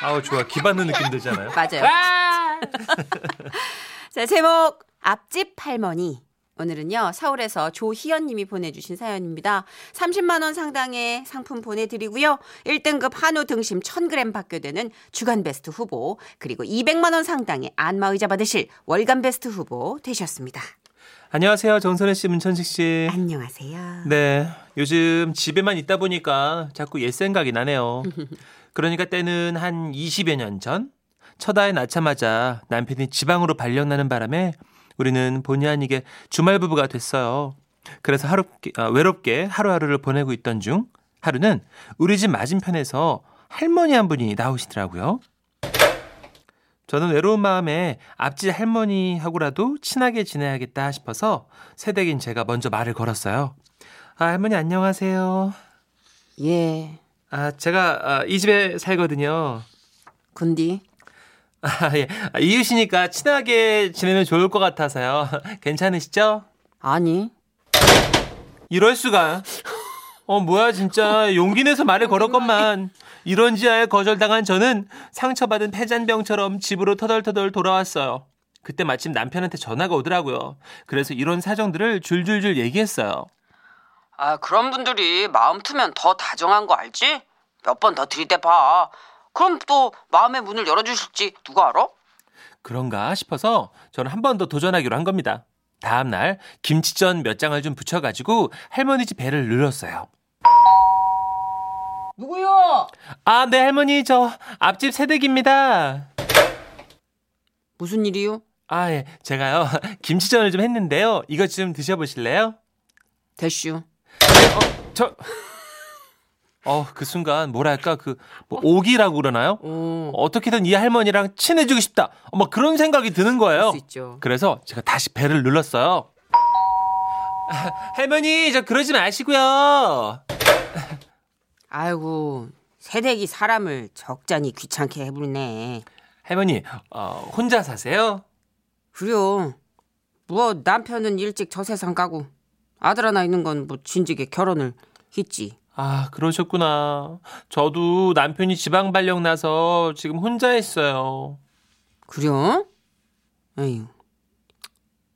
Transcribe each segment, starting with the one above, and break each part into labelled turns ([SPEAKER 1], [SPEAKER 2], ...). [SPEAKER 1] 아우 좋아 기받는 느낌 되잖아요.
[SPEAKER 2] 맞아요. 자, 제목 앞집 할머니. 오늘은요. 서울에서 조희연 님이 보내주신 사연입니다. 30만 원 상당의 상품 보내드리고요. 1등급 한우 등심 1000g 받게 되는 주간베스트 후보 그리고 200만 원 상당의 안마의자 받으실 월간베스트 후보 되셨습니다.
[SPEAKER 1] 안녕하세요 정선혜 씨, 문천식 씨.
[SPEAKER 2] 안녕하세요.
[SPEAKER 1] 네, 요즘 집에만 있다 보니까 자꾸 옛 생각이 나네요. 그러니까 때는 한 20여 년 전, 처다에 낳자마자 남편이 지방으로 발령나는 바람에 우리는 본의 아니게 주말 부부가 됐어요. 그래서 하루, 아, 외롭게 하루하루를 보내고 있던 중, 하루는 우리 집 맞은편에서 할머니 한 분이 나오시더라고요. 저는 외로운 마음에 앞집 할머니하고라도 친하게 지내야겠다 싶어서 새댁인 제가 먼저 말을 걸었어요. 아, 할머니 안녕하세요.
[SPEAKER 2] 예.
[SPEAKER 1] 아, 제가 아, 이 집에 살거든요.
[SPEAKER 2] 군디.
[SPEAKER 1] 아, 예. 아, 이웃이니까 친하게 지내면 좋을 것 같아서요. 괜찮으시죠?
[SPEAKER 2] 아니.
[SPEAKER 1] 이럴 수가. 어, 뭐야, 진짜. 용기 내서 말을 걸었건만. 이런 지하에 거절당한 저는 상처받은 패잔병처럼 집으로 터덜터덜 돌아왔어요. 그때 마침 남편한테 전화가 오더라고요. 그래서 이런 사정들을 줄줄줄 얘기했어요.
[SPEAKER 3] 아, 그런 분들이 마음 트면 더 다정한 거 알지? 몇 번 더 들이대봐. 그럼 또 마음의 문을 열어주실지 누가 알아?
[SPEAKER 1] 그런가 싶어서 저는 한 번 더 도전하기로 한 겁니다. 다음 날 김치전 몇 장을 좀 붙여가지고 할머니 집 배를 눌렀어요.
[SPEAKER 3] 누구요?
[SPEAKER 1] 아, 네 할머니 저 앞집 새댁입니다.
[SPEAKER 2] 무슨 일이요?
[SPEAKER 1] 아, 예, 제가요 김치전을 좀 했는데요. 이것 좀 드셔보실래요?
[SPEAKER 2] 대슈.
[SPEAKER 1] 저, 어, 그 순간 뭐랄까 그뭐 오기라고 그러나요?
[SPEAKER 2] 오.
[SPEAKER 1] 어떻게든 이 할머니랑 친해지고 싶다. 어, 막 그런 생각이 드는 거예요.
[SPEAKER 2] 할수 있죠.
[SPEAKER 1] 그래서 제가 다시 배를 눌렀어요. 할머니, 저 그러지 마시고요.
[SPEAKER 2] 아이고. 새댁이 사람을 적잖이 귀찮게 해부르네.
[SPEAKER 1] 할머니, 어, 혼자 사세요?
[SPEAKER 2] 그려. 뭐 남편은 일찍 저 세상 가고 아들 하나 있는 건 뭐 진즉에 결혼을 했지.
[SPEAKER 1] 아, 그러셨구나. 저도 남편이 지방 발령 나서 지금 혼자 있어요.
[SPEAKER 2] 그려? 에휴.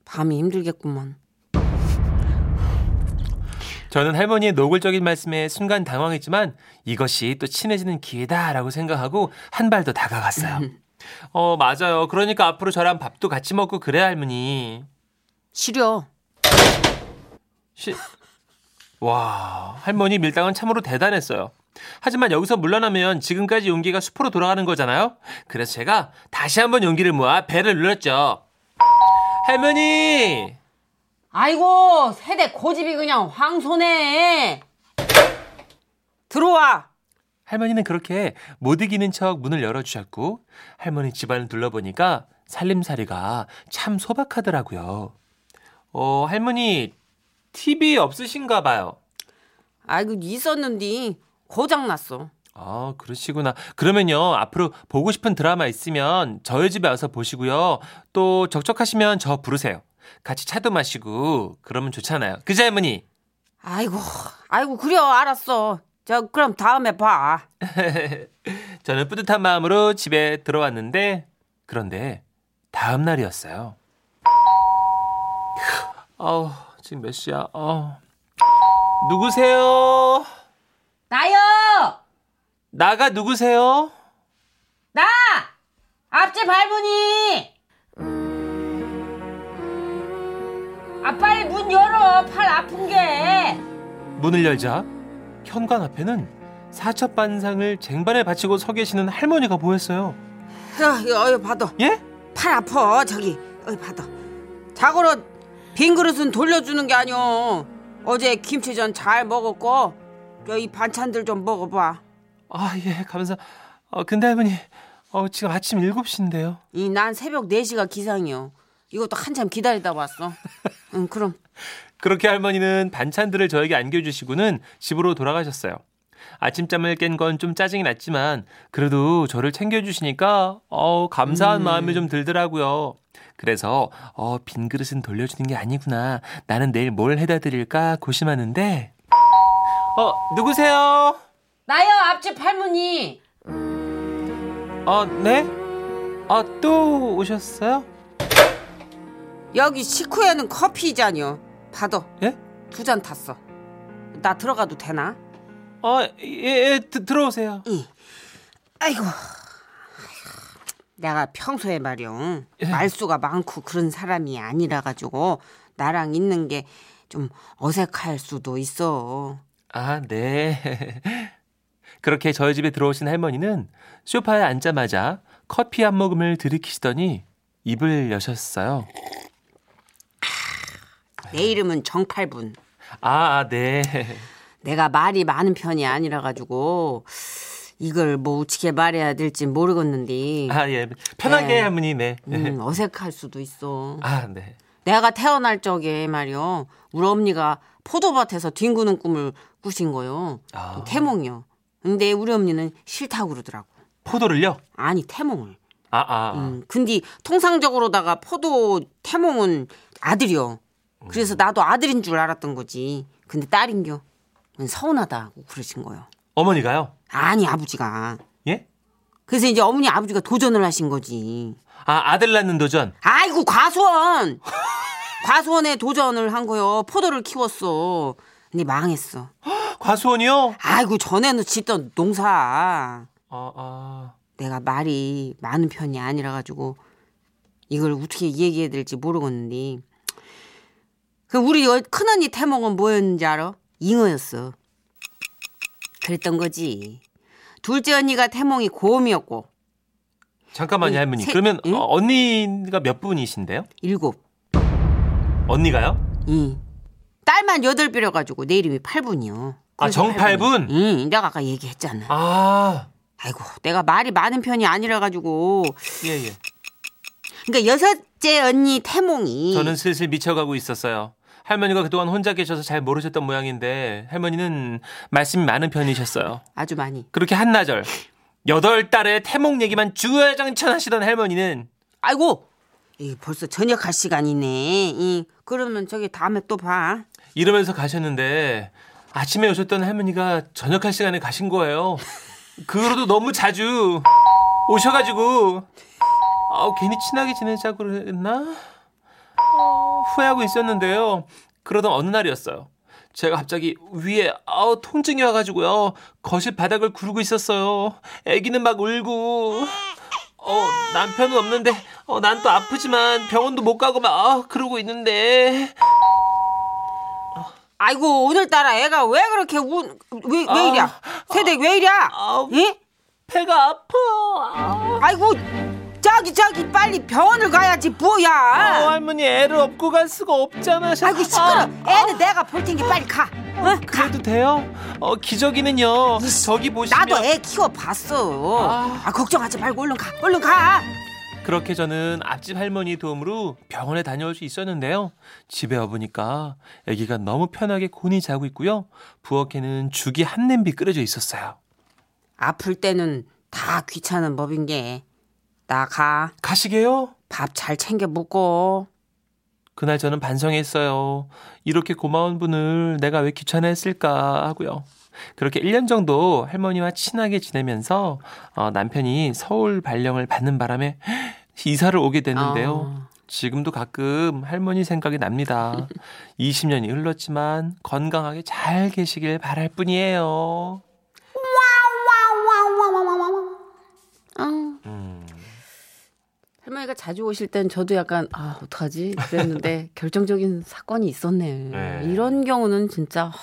[SPEAKER 2] 밤이 힘들겠구만.
[SPEAKER 1] 저는 할머니의 노골적인 말씀에 순간 당황했지만 이것이 또 친해지는 기회다라고 생각하고 한 발 더 다가갔어요. 어, 맞아요. 그러니까 앞으로 저랑 밥도 같이 먹고 그래, 할머니.
[SPEAKER 2] 싫어.
[SPEAKER 1] 시... 와, 할머니 밀당은 참으로 대단했어요. 하지만 여기서 물러나면 지금까지 용기가 수포로 돌아가는 거잖아요. 그래서 제가 다시 한번 용기를 모아 배를 눌렀죠. 할머니!
[SPEAKER 2] 아이고 세대 고집이 그냥 황소네. 들어와.
[SPEAKER 1] 할머니는 그렇게 못 이기는 척 문을 열어주셨고 할머니 집안을 둘러보니까 살림살이가 참 소박하더라고요. 어, 할머니 TV 없으신가 봐요.
[SPEAKER 2] 아이고 있었는데 고장 났어.
[SPEAKER 1] 아, 그러시구나. 그러면요, 앞으로 보고 싶은 드라마 있으면 저희 집에 와서 보시고요. 또 적적하시면 저 부르세요. 같이 차도 마시고, 그러면 좋잖아요. 그죠, 할머니?
[SPEAKER 2] 아이고 아이고 그려 알았어. 저 그럼 다음에 봐.
[SPEAKER 1] 저는 뿌듯한 마음으로 집에 들어왔는데, 그런데 다음 날이었어요. 아우, 지금 몇 시야? 어. 누구세요?
[SPEAKER 2] 나요.
[SPEAKER 1] 나가 누구세요?
[SPEAKER 2] 나 앞집 할머니 아 빨리 문 열어 팔 아픈 게
[SPEAKER 1] 문을 열자 현관 앞에는 사첩반상을 쟁반에 바치고 서 계시는 할머니가 보였어요.
[SPEAKER 2] 어이 어이 받아
[SPEAKER 1] 예?
[SPEAKER 2] 팔 아파 저기 어이 받아 자고로 빈 그릇은 돌려주는 게 아니오 어제 김치전 잘 먹었고 저이 반찬들 좀 먹어봐
[SPEAKER 1] 아, 예, 감사. 어, 근데 할머니, 어, 지금 아침 7시인데요.
[SPEAKER 2] 이 난 새벽 4시가 기상이요 이것도 한참 기다리다 왔어 응 그럼
[SPEAKER 1] 그렇게 할머니는 반찬들을 저에게 안겨주시고는 집으로 돌아가셨어요. 아침잠을 깬 건 좀 짜증이 났지만 그래도 저를 챙겨주시니까 어 감사한 마음이 좀 들더라고요. 그래서 어 빈 그릇은 돌려주는 게 아니구나. 나는 내일 뭘 해다 드릴까 고심하는데 어 누구세요?
[SPEAKER 2] 나요 앞집 할머니
[SPEAKER 1] 아, 네? 아, 또 오셨어요?
[SPEAKER 2] 여기 식후에는 커피 잔이요. 받아.
[SPEAKER 1] 예?
[SPEAKER 2] 두 잔 탔어. 나 들어가도 되나?
[SPEAKER 1] 아, 예, 예 드- 들어오세요.
[SPEAKER 2] 이. 아이고. 내가 평소에 말이요.
[SPEAKER 1] 예.
[SPEAKER 2] 말수가 많고 그런 사람이 아니라 가지고 나랑 있는 게 좀 어색할 수도 있어.
[SPEAKER 1] 아, 네. 그렇게 저희 집에 들어오신 할머니는 소파에 앉자마자 커피 한 모금을 들이키시더니 입을 여셨어요. 예.
[SPEAKER 2] 내 이름은 정팔분.
[SPEAKER 1] 아, 아, 네.
[SPEAKER 2] 내가 말이 많은 편이 아니라 가지고 이걸 뭐 어떻게 말해야 될지 모르겠는데
[SPEAKER 1] 아, 예. 편하게
[SPEAKER 2] 네.
[SPEAKER 1] 할머니, 네.
[SPEAKER 2] 음, 어색할 수도 있어.
[SPEAKER 1] 아, 네.
[SPEAKER 2] 내가 태어날 적에 말이요. 우리 엄니가 포도밭에서 뒹구는 꿈을 꾸신 거요.
[SPEAKER 1] 아.
[SPEAKER 2] 태몽이요. 근데 우리 엄니는 싫다고 그러더라고.
[SPEAKER 1] 포도를요?
[SPEAKER 2] 아니 태몽을.
[SPEAKER 1] 아, 아. 아.
[SPEAKER 2] 음, 근데 통상적으로다가 포도 태몽은 아들이요. 그래서 나도 아들인 줄 알았던 거지. 근데 딸인겨. 서운하다고 그러신 거요.
[SPEAKER 1] 어머니가요?
[SPEAKER 2] 아니 아버지가.
[SPEAKER 1] 예?
[SPEAKER 2] 그래서 이제 어머니 아버지가 도전을 하신 거지.
[SPEAKER 1] 아, 아들 낳는 도전.
[SPEAKER 2] 아이고 과수원 과수원에 도전을 한 거요 포도를 키웠어 근데 망했어
[SPEAKER 1] 과수원이요?
[SPEAKER 2] 아이고 전에는 짓던 농사
[SPEAKER 1] 아, 아.
[SPEAKER 2] 내가 말이 많은 편이 아니라 가지고 이걸 어떻게 얘기해야 될지 모르겠는데 그 우리 여- 큰언니 태몽은 뭐였는지 알아? 잉어였어 그랬던 거지 둘째 언니가 태몽이 고음이었고
[SPEAKER 1] 잠깐만요,
[SPEAKER 2] 이
[SPEAKER 1] 할머니.
[SPEAKER 2] 네. 세- 음?
[SPEAKER 1] 그러면
[SPEAKER 2] 응?
[SPEAKER 1] 어, 언니가 몇 분이신데요?
[SPEAKER 2] 일곱
[SPEAKER 1] 언니가요?
[SPEAKER 2] 이 딸만 여덟 빌려 가지고 내 이름이 팔분이요.
[SPEAKER 1] 아, 정팔분?
[SPEAKER 2] 응, 내가 아까 얘기했잖아.
[SPEAKER 1] 아,
[SPEAKER 2] 아이고, 내가 말이 많은 편이 아니라 가지고.
[SPEAKER 1] 예, 예.
[SPEAKER 2] 그러니까 여섯째 언니 태몽이
[SPEAKER 1] 저는 슬슬 미쳐가고 있었어요. 할머니가 그동안 혼자 계셔서 잘 모르셨던 모양인데 할머니는 말씀이 많은 편이셨어요.
[SPEAKER 2] 아주 많이.
[SPEAKER 1] 그렇게 한나절 여덟 달의 태몽 얘기만 주야장천하시던 할머니는
[SPEAKER 2] 아이고, 이 벌써 저녁할 시간이네. 이 그러면 저기 다음에 또 봐.
[SPEAKER 1] 이러면서 가셨는데 아침에 오셨던 할머니가 저녁할 시간에 가신 거예요. 그 후로도 너무 자주 오셔가지고 아, 괜히 친하게 지내자고 그랬나? 어, 후회하고 있었는데요. 그러던 어느 날이었어요. 제가 갑자기 위에 아우 통증이 와가지고요. 거실 바닥을 구르고 있었어요. 아기는 막 울고 어 남편은 없는데 어, 난 또 아프지만 병원도 못 가고 막 아, 그러고 있는데
[SPEAKER 2] 아이고, 오늘따라 애가 왜 그렇게 운, 왜, 왜
[SPEAKER 1] 아,
[SPEAKER 2] 이랴? 세대 왜 이랴?
[SPEAKER 1] 아.
[SPEAKER 2] 예?
[SPEAKER 1] 배가 아파.
[SPEAKER 2] 아이고, 자기, 자기, 빨리 병원을 가야지, 뭐야.
[SPEAKER 1] 어, 할머니 애를 업고 갈 수가 없잖아.
[SPEAKER 2] 아이고 시끄러. 애는 내가 볼 테니 빨리 가. 응? 가.
[SPEAKER 1] 그래도 돼요? 어, 기저귀는요. 저기 보시면
[SPEAKER 2] 나도 애 키워 봤어.
[SPEAKER 1] 아.
[SPEAKER 2] 아 걱정하지 말고 얼른 가. 얼른 가.
[SPEAKER 1] 그렇게 저는 앞집 할머니 도움으로 병원에 다녀올 수 있었는데요. 집에 와보니까 아기가 너무 편하게 곤히 자고 있고요. 부엌에는 죽이 한 냄비 끓여져 있었어요.
[SPEAKER 2] 아플 때는 다 귀찮은 법인 게. 나 가.
[SPEAKER 1] 가시게요?
[SPEAKER 2] 밥 잘 챙겨 먹고.
[SPEAKER 1] 그날 저는 반성했어요. 이렇게 고마운 분을 내가 왜 귀찮아했을까 하고요. 그렇게 1년 정도 할머니와 친하게 지내면서 어, 남편이 서울 발령을 받는 바람에 이사를 오게 됐는데요.
[SPEAKER 2] 어.
[SPEAKER 1] 지금도 가끔 할머니 생각이 납니다. 20년이 흘렀지만 건강하게 잘 계시길 바랄 뿐이에요.
[SPEAKER 2] 응.
[SPEAKER 1] 음.
[SPEAKER 2] 할머니가 자주 오실 땐 저도 약간 아 어떡하지 그랬는데 결정적인 사건이 있었네.
[SPEAKER 1] 네.
[SPEAKER 2] 이런 경우는 진짜 하,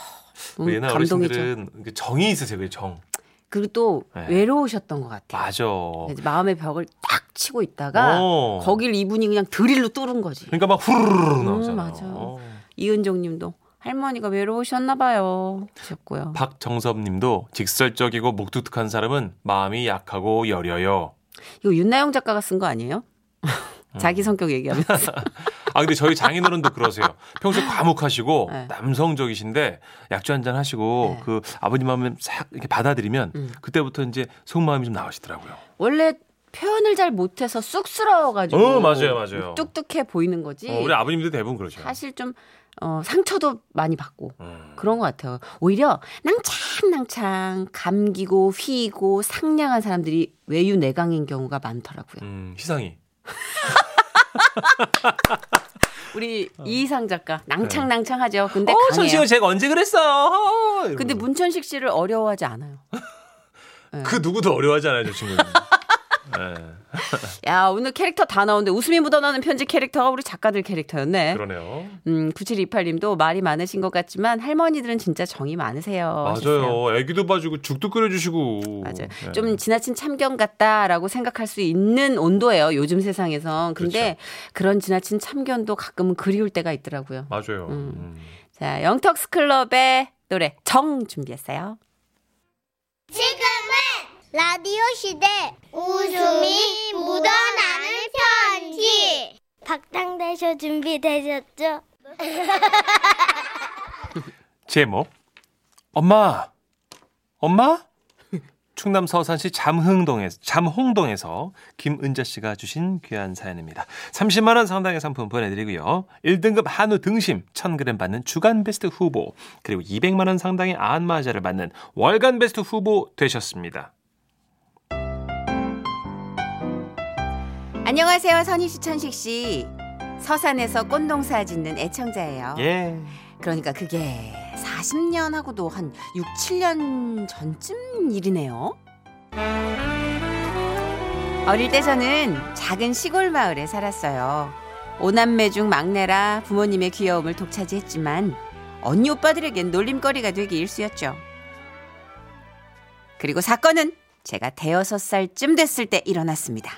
[SPEAKER 2] 너무 감동이죠.
[SPEAKER 1] 정이 있으세요, 정.
[SPEAKER 2] 그리고 또
[SPEAKER 1] 네.
[SPEAKER 2] 외로우셨던 것 같아요. 네,
[SPEAKER 1] 맞아.
[SPEAKER 2] 이제 마음의 벽을 딱 치고 있다가 거길 이분이 그냥 드릴로 뚫은 거지.
[SPEAKER 1] 어. 그러니까 막 후루루루
[SPEAKER 2] 음,
[SPEAKER 1] 나오잖아요.
[SPEAKER 2] 맞아요. 이은정님도 할머니가 외로우셨나봐요. 하셨고요.
[SPEAKER 1] 박정섭님도 직설적이고 목뚝뚝한 사람은 마음이 약하고 여려요.
[SPEAKER 2] 이거 윤나영 작가가 쓴 거 아니에요?
[SPEAKER 1] 음.
[SPEAKER 2] 자기 성격 얘기하면서
[SPEAKER 1] 아 근데 저희 장인어른도 그러세요. 평소 과묵하시고
[SPEAKER 2] 네.
[SPEAKER 1] 남성적이신데 약주 한잔 하시고
[SPEAKER 2] 네.
[SPEAKER 1] 그 아버님 마음을 싹 이렇게 받아들이면
[SPEAKER 2] 음.
[SPEAKER 1] 그때부터 이제 속마음이 좀 나오시더라고요.
[SPEAKER 2] 원래 표현을 잘 못해서 쑥스러워가지고
[SPEAKER 1] 어, 맞아요, 맞아요.
[SPEAKER 2] 뚝뚝해 보이는 거지.
[SPEAKER 1] 어, 우리 아버님도 대부분 그러셔.
[SPEAKER 2] 예. 사실 좀 어, 상처도 많이 받고
[SPEAKER 1] 음.
[SPEAKER 2] 그런 것 같아요. 오히려 낭창낭창 감기고 휘고 상냥한 사람들이 외유내강인 경우가 많더라고요.
[SPEAKER 1] 음, 희상이.
[SPEAKER 2] 우리 이상 작가 낭창낭창하죠.
[SPEAKER 1] 네.
[SPEAKER 2] 근데
[SPEAKER 1] 어,
[SPEAKER 2] 네, 강해요.
[SPEAKER 1] 전시호 제가 언제 그랬어? 어, 이러면서.
[SPEAKER 2] 근데 문천식 씨를 어려워하지 않아요.
[SPEAKER 1] 그 누구도 어려워하잖아요, 저 친구는. 네,
[SPEAKER 2] 야 오늘 캐릭터 다 나오는데 웃음이 묻어나는 편지 캐릭터가 우리 작가들 캐릭터였네.
[SPEAKER 1] 그러네요.
[SPEAKER 2] 음 9728님도 말이 많으신 것 같지만 할머니들은 진짜 정이 많으세요. 하셨어요.
[SPEAKER 1] 맞아요. 애기도 봐주고 죽도 끓여주시고.
[SPEAKER 2] 맞아요.
[SPEAKER 1] 네.
[SPEAKER 2] 좀 지나친 참견 같다라고 생각할 수 있는 온도예요. 요즘 세상에선. 근데 그런 지나친 참견도 가끔은 그리울 때가 있더라고요.
[SPEAKER 1] 맞아요.
[SPEAKER 2] 음.
[SPEAKER 1] 음.
[SPEAKER 2] 자, 영턱스 클럽의 노래 정 준비했어요.
[SPEAKER 4] 라디오 시대 웃음이 묻어나는 편지 박장대쇼 준비되셨죠?
[SPEAKER 1] 제목 엄마 엄마 충남 서산시 잠흥동에서 잠홍동에서 김은자 씨가 주신 귀한 사연입니다. 30만 원 상당의 상품 보내드리고요. 1등급 한우 등심 1,000g 받는 주간 베스트 후보 그리고 200만 원 상당의 안마자를 받는 월간 베스트 후보 되셨습니다.
[SPEAKER 2] 안녕하세요. 선희 씨, 천식 씨. 서산에서 꽃농사 짓는 애청자예요.
[SPEAKER 1] 예.
[SPEAKER 2] 그러니까 그게 40년 하고도 한 6, 7년 전쯤 일이네요. 어릴 때 저는 작은 시골 마을에 살았어요. 오남매 중 막내라 부모님의 귀여움을 독차지했지만 언니 오빠들에겐 놀림거리가 되기 일쑤였죠. 그리고 사건은 제가 대여섯 살쯤 됐을 때 일어났습니다.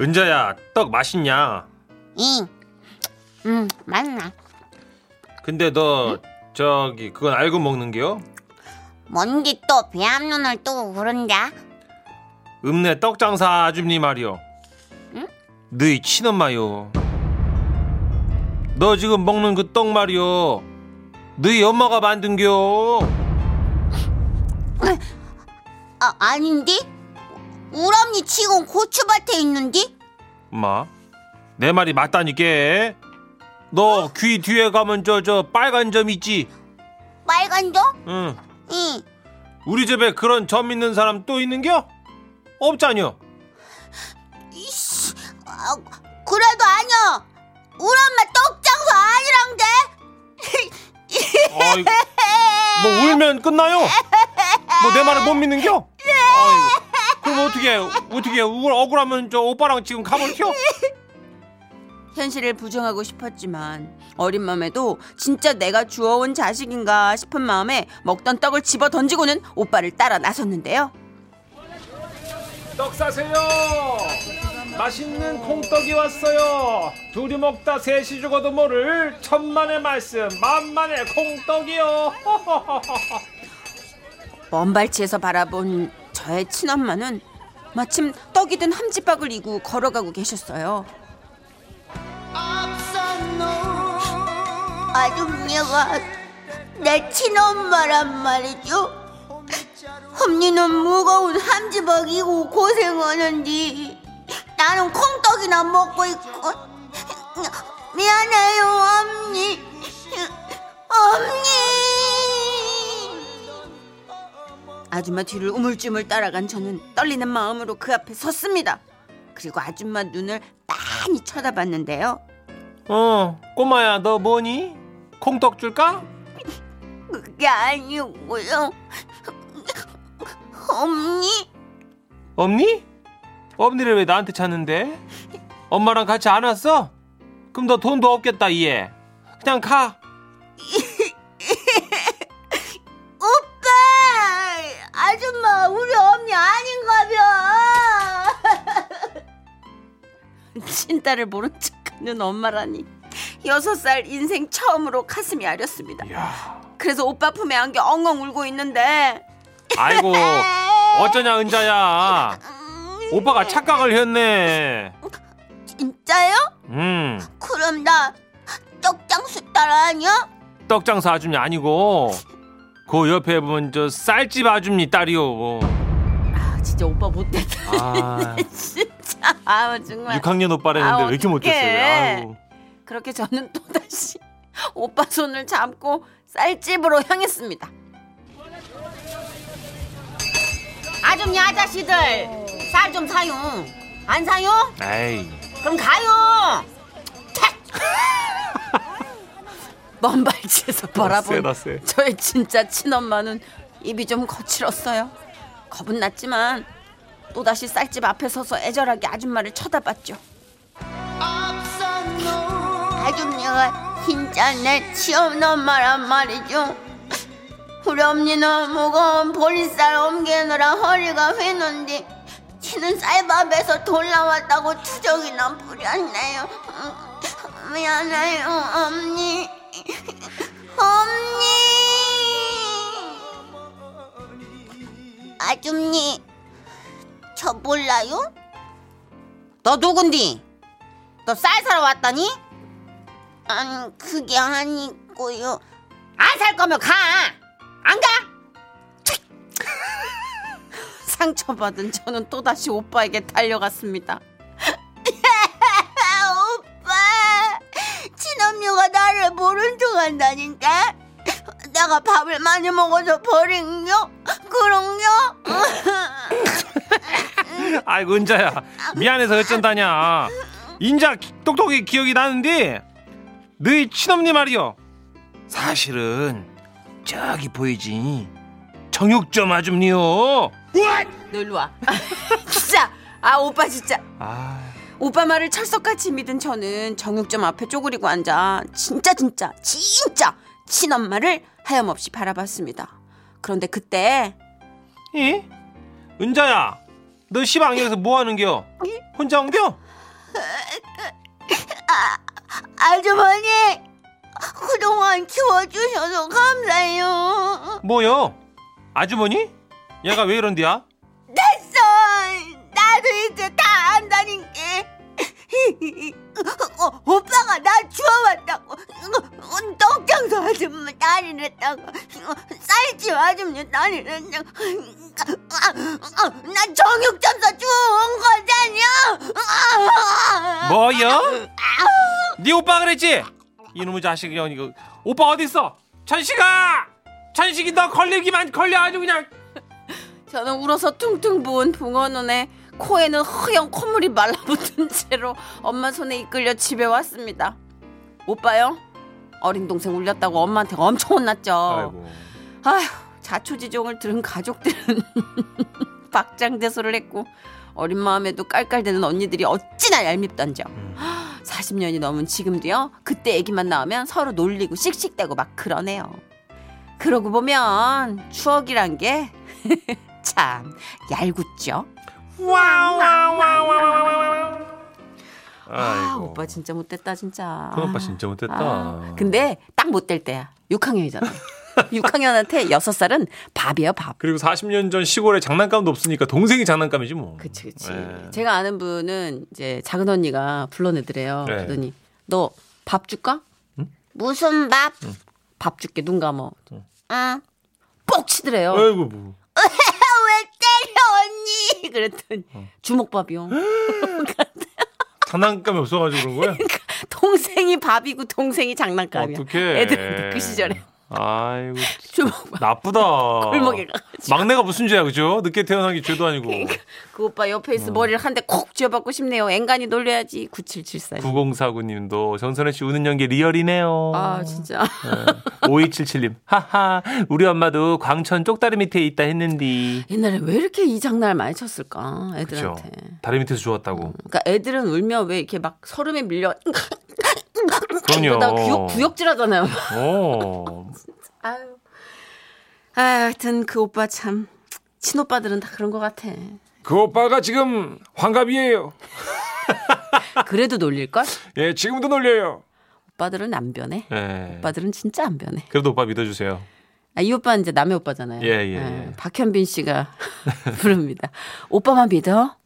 [SPEAKER 1] 은자야 떡 맛있냐?
[SPEAKER 2] 응, 음, 맞나?
[SPEAKER 1] 근데 너 저기 그건 알고 먹는 게요?
[SPEAKER 4] 뭔지 또 배합눈을 뜨고 그런다
[SPEAKER 1] 읍내 떡 장사 아줌니 말이요. 응? 너희 친엄마요. 너 지금 먹는 그 떡 말이요. 너희 엄마가 만든겨.
[SPEAKER 4] 아 아닌데? 우람니 치곤 고추밭에 있는데?
[SPEAKER 1] 엄마, 내 말이 맞다니까. 너
[SPEAKER 4] 어?
[SPEAKER 1] 귀 뒤에 가면 저 저 빨간 점 있지.
[SPEAKER 4] 빨간 점?
[SPEAKER 1] 응.
[SPEAKER 4] 응
[SPEAKER 1] 우리 집에 그런 점 있는 사람 또 있는겨? 없잖여.
[SPEAKER 4] 이씨 아, 그래도 아니야 우람마 떡장사 아니랑데?
[SPEAKER 1] 어이, 뭐 울면 끝나요? 뭐 내 말을 못 믿는겨? 어이구. 그럼 어떻게 어떻게 억울하면 저 오빠랑 지금 가버려?
[SPEAKER 2] 현실을 부정하고 싶었지만 어린 마음에도 진짜 내가 주워온 자식인가 싶은 마음에 먹던 떡을 집어 던지고는 오빠를 따라 나섰는데요.
[SPEAKER 1] 떡 사세요. 맛있는 콩떡이 왔어요. 둘이 먹다 셋이 죽어도 모를 천만의 말씀, 만만의 콩떡이요.
[SPEAKER 2] 먼발치에서 바라본 저의 친엄마는 마침 떡이 든 함지박을 이고 걸어가고 계셨어요.
[SPEAKER 4] 아줌니가 내 친엄마란 말이죠. 엄니는 무거운 함지박이고 고생하는디 나는 콩떡이나 먹고 있고 미안해요 엄니 엄니
[SPEAKER 2] 아줌마 뒤를 우물쭈물 따라간 저는 떨리는 마음으로 그 앞에 섰습니다. 그리고 아줌마 눈을 빤히 쳐다봤는데요.
[SPEAKER 1] 어, 꼬마야, 너 뭐니? 콩떡 줄까?
[SPEAKER 4] 그게 아니고요 엄니
[SPEAKER 1] 없니? 엄니를 왜 나한테 찾는데? 엄마랑 같이 안 왔어? 그럼 너 돈도 없겠다, 이해. 그냥 가.
[SPEAKER 4] 오빠 아줌마 우리 엄니 아닌가벼
[SPEAKER 2] 친딸을 모른 척하는 엄마라니 여섯 살 인생 처음으로 가슴이 아렸습니다.
[SPEAKER 1] 예.
[SPEAKER 2] 그래서 오빠 품에 안겨 엉엉 울고 있는데
[SPEAKER 1] 아이고, 어쩌냐, 은자야.
[SPEAKER 2] 음,
[SPEAKER 1] 오빠가 착각을 했네.
[SPEAKER 4] 진짜요?
[SPEAKER 1] 음.
[SPEAKER 4] 그럼 나 떡장수 딸 아니야?
[SPEAKER 1] 떡장사 아줌니 아니고 그 옆에 보면 저 쌀집 아줌니 딸이요.
[SPEAKER 2] 아, 진짜 오빠 못됐다.
[SPEAKER 1] 아,
[SPEAKER 2] 진짜. 아우 정말.
[SPEAKER 1] 6학년 오빠라는데
[SPEAKER 2] 아,
[SPEAKER 1] 왜 이렇게 못줬어요?
[SPEAKER 2] 어떡해.
[SPEAKER 1] 아유.
[SPEAKER 2] 그렇게 저는 또다시 오빠 손을 잡고 쌀집으로 향했습니다.
[SPEAKER 4] 아줌이 아저씨들 쌀 좀 사요. 안 사요?
[SPEAKER 1] 아이.
[SPEAKER 4] 그럼 가요.
[SPEAKER 2] 먼 발치에서 바라본
[SPEAKER 1] 세다, 세.
[SPEAKER 2] 저의 진짜 친엄마는 입이 좀 거칠었어요. 겁은 났지만 또다시 쌀집 앞에 서서 애절하게 아줌마를 쳐다봤죠.
[SPEAKER 4] 아줌이가 진짜 내 친엄마란 말이죠. 우리 언니는 무거운 보리쌀 옮기느라 허리가 휘는데 지는 쌀밥에서 돌나왔다고 추적이 난 부렸네요. 음, 미안해요 언니. 언니. 아줌니 저 몰라요? 너 누군디? 너 쌀 사러 왔다니? 아니 그게 아니고요.
[SPEAKER 2] 안 살 거면 가! 안 가! 튀! 상처받은 저는 또다시 오빠에게 달려갔습니다.
[SPEAKER 4] 아, 오빠 친엄녀가 나를 모른 척한다니까. 내가 밥을 많이 먹어서 버린겨? 그런겨?
[SPEAKER 1] 아이고 은자야 미안해서 어쩐다냐 인자 기- 똑똑히 기억이 나는데 너희 친엄니 말이여 사실은 저기 보이지 정육점 아줌니요
[SPEAKER 2] 너 일로 와. 진짜! 아, 오빠 진짜.
[SPEAKER 1] 아
[SPEAKER 2] 오빠 말을 철석같이 믿은 저는 정육점 앞에 쪼그리고 앉아 진짜 진짜 진짜 친엄마를 하염없이 바라봤습니다. 그런데 그때
[SPEAKER 1] 예? 은자야 너 시방에서 뭐하는겨 혼자 옮겨?
[SPEAKER 4] 아, 아주머니 그동안 키워주셔서 감사해요.
[SPEAKER 1] 뭐여 아주머니? 얘가 왜 이런디야?
[SPEAKER 4] 됐어. 나도 이제 다 안다니까. 어, 오빠가 나 주워왔다고 떡장사 아줌마 딸이랬다고 쌀집 아줌마 딸이랬다고 아, 나 정육점서 주워온 거잖여
[SPEAKER 1] 뭐여? 네 오빠 그랬지? 이놈의 자식이 이거 오빠 어딨어? 천식아! 천식이 너 걸리기만 걸려 아주 그냥
[SPEAKER 2] 저는 울어서 퉁퉁 부은 붕어 눈에 코에는 허연 콧물이 말라붙은 채로 엄마 손에 이끌려 집에 왔습니다. 오빠요? 어린 동생 울렸다고 엄마한테 엄청 혼났죠. 아휴 자초지종을 들은 가족들은 박장대소를 했고 어린 마음에도 깔깔대는 언니들이 어찌나 얄밉던지요.
[SPEAKER 1] 음.
[SPEAKER 2] 40년이 넘은 지금도요. 그때 애기만 나오면 서로 놀리고 씩씩대고 막 그러네요. 그러고 보면 추억이란 게 참 얄궂죠. 아
[SPEAKER 1] 아이고.
[SPEAKER 2] 오빠 진짜 못됐다 진짜.
[SPEAKER 1] 큰 오빠 진짜 못됐다.
[SPEAKER 2] 아, 근데 딱 못될 때야. 6학년이잖아. 6학년한테 6살은 밥이에요 밥.
[SPEAKER 1] 그리고 40년 전 시골에 장난감도 없으니까 동생이 장난감이지 뭐.
[SPEAKER 2] 그치 그치.
[SPEAKER 1] 예.
[SPEAKER 2] 제가 아는 분은 이제 작은 언니가 불러내더래요.
[SPEAKER 1] 네.
[SPEAKER 2] 그러더니 너 밥 줄까?
[SPEAKER 4] 무슨 밥?
[SPEAKER 2] 밥 줄게 눈 감어.
[SPEAKER 4] 응.
[SPEAKER 2] 뽁 치더래요.
[SPEAKER 1] 아이고 뭐.
[SPEAKER 4] 왜
[SPEAKER 2] 이 그랬더니
[SPEAKER 1] 어.
[SPEAKER 2] 주먹밥이요.
[SPEAKER 1] 장난감이 없어가지고 그런 거야?
[SPEAKER 2] 동생이 밥이고 동생이 장난감이야.
[SPEAKER 1] 어떡해.
[SPEAKER 2] 애들한테 그 시절에
[SPEAKER 1] 아이고
[SPEAKER 2] 주먹밥.
[SPEAKER 1] 나쁘다.
[SPEAKER 2] 골목에 가가지고.
[SPEAKER 1] 막내가 무슨 죄야 그죠? 늦게 태어난 게 죄도 아니고.
[SPEAKER 2] 그 오빠 옆에 있어 머리를 한 대 콕 쥐어받고 싶네요. 앵간히 놀려야지. 9774.
[SPEAKER 1] 9049님도 정선혜 씨 우는 연기 리얼이네요.
[SPEAKER 2] 아 진짜.
[SPEAKER 1] 5277님. 하하. 우리 엄마도 광천 쪽다리 밑에 있다 했는디.
[SPEAKER 2] 옛날에 왜 이렇게 이 장난을 많이 쳤을까
[SPEAKER 1] 그렇죠.
[SPEAKER 2] 애들한테.
[SPEAKER 1] 다리 밑에서 좋았다고.
[SPEAKER 2] 그러니까 애들은 울면 왜 이렇게 막 서름에 밀려
[SPEAKER 1] 그럼요.
[SPEAKER 2] 그러다 구역 구역질하잖아요.
[SPEAKER 1] 오.
[SPEAKER 2] 아유. 아, 하여튼 그 오빠 참 친오빠들은 다 그런 것 같아.
[SPEAKER 5] 그 오빠가 지금 환갑이에요.
[SPEAKER 2] 그래도 놀릴 걸?
[SPEAKER 5] 예, 지금도 놀려요.
[SPEAKER 2] 오빠들은 안 변해.
[SPEAKER 1] 예.
[SPEAKER 2] 오빠들은 진짜 안 변해.
[SPEAKER 1] 그래도 오빠 믿어주세요.
[SPEAKER 2] 아, 이 오빠는 이제 남의 오빠잖아요.
[SPEAKER 1] 예, 예, 예.
[SPEAKER 2] 박현빈 씨가 부릅니다. 오빠만 믿어.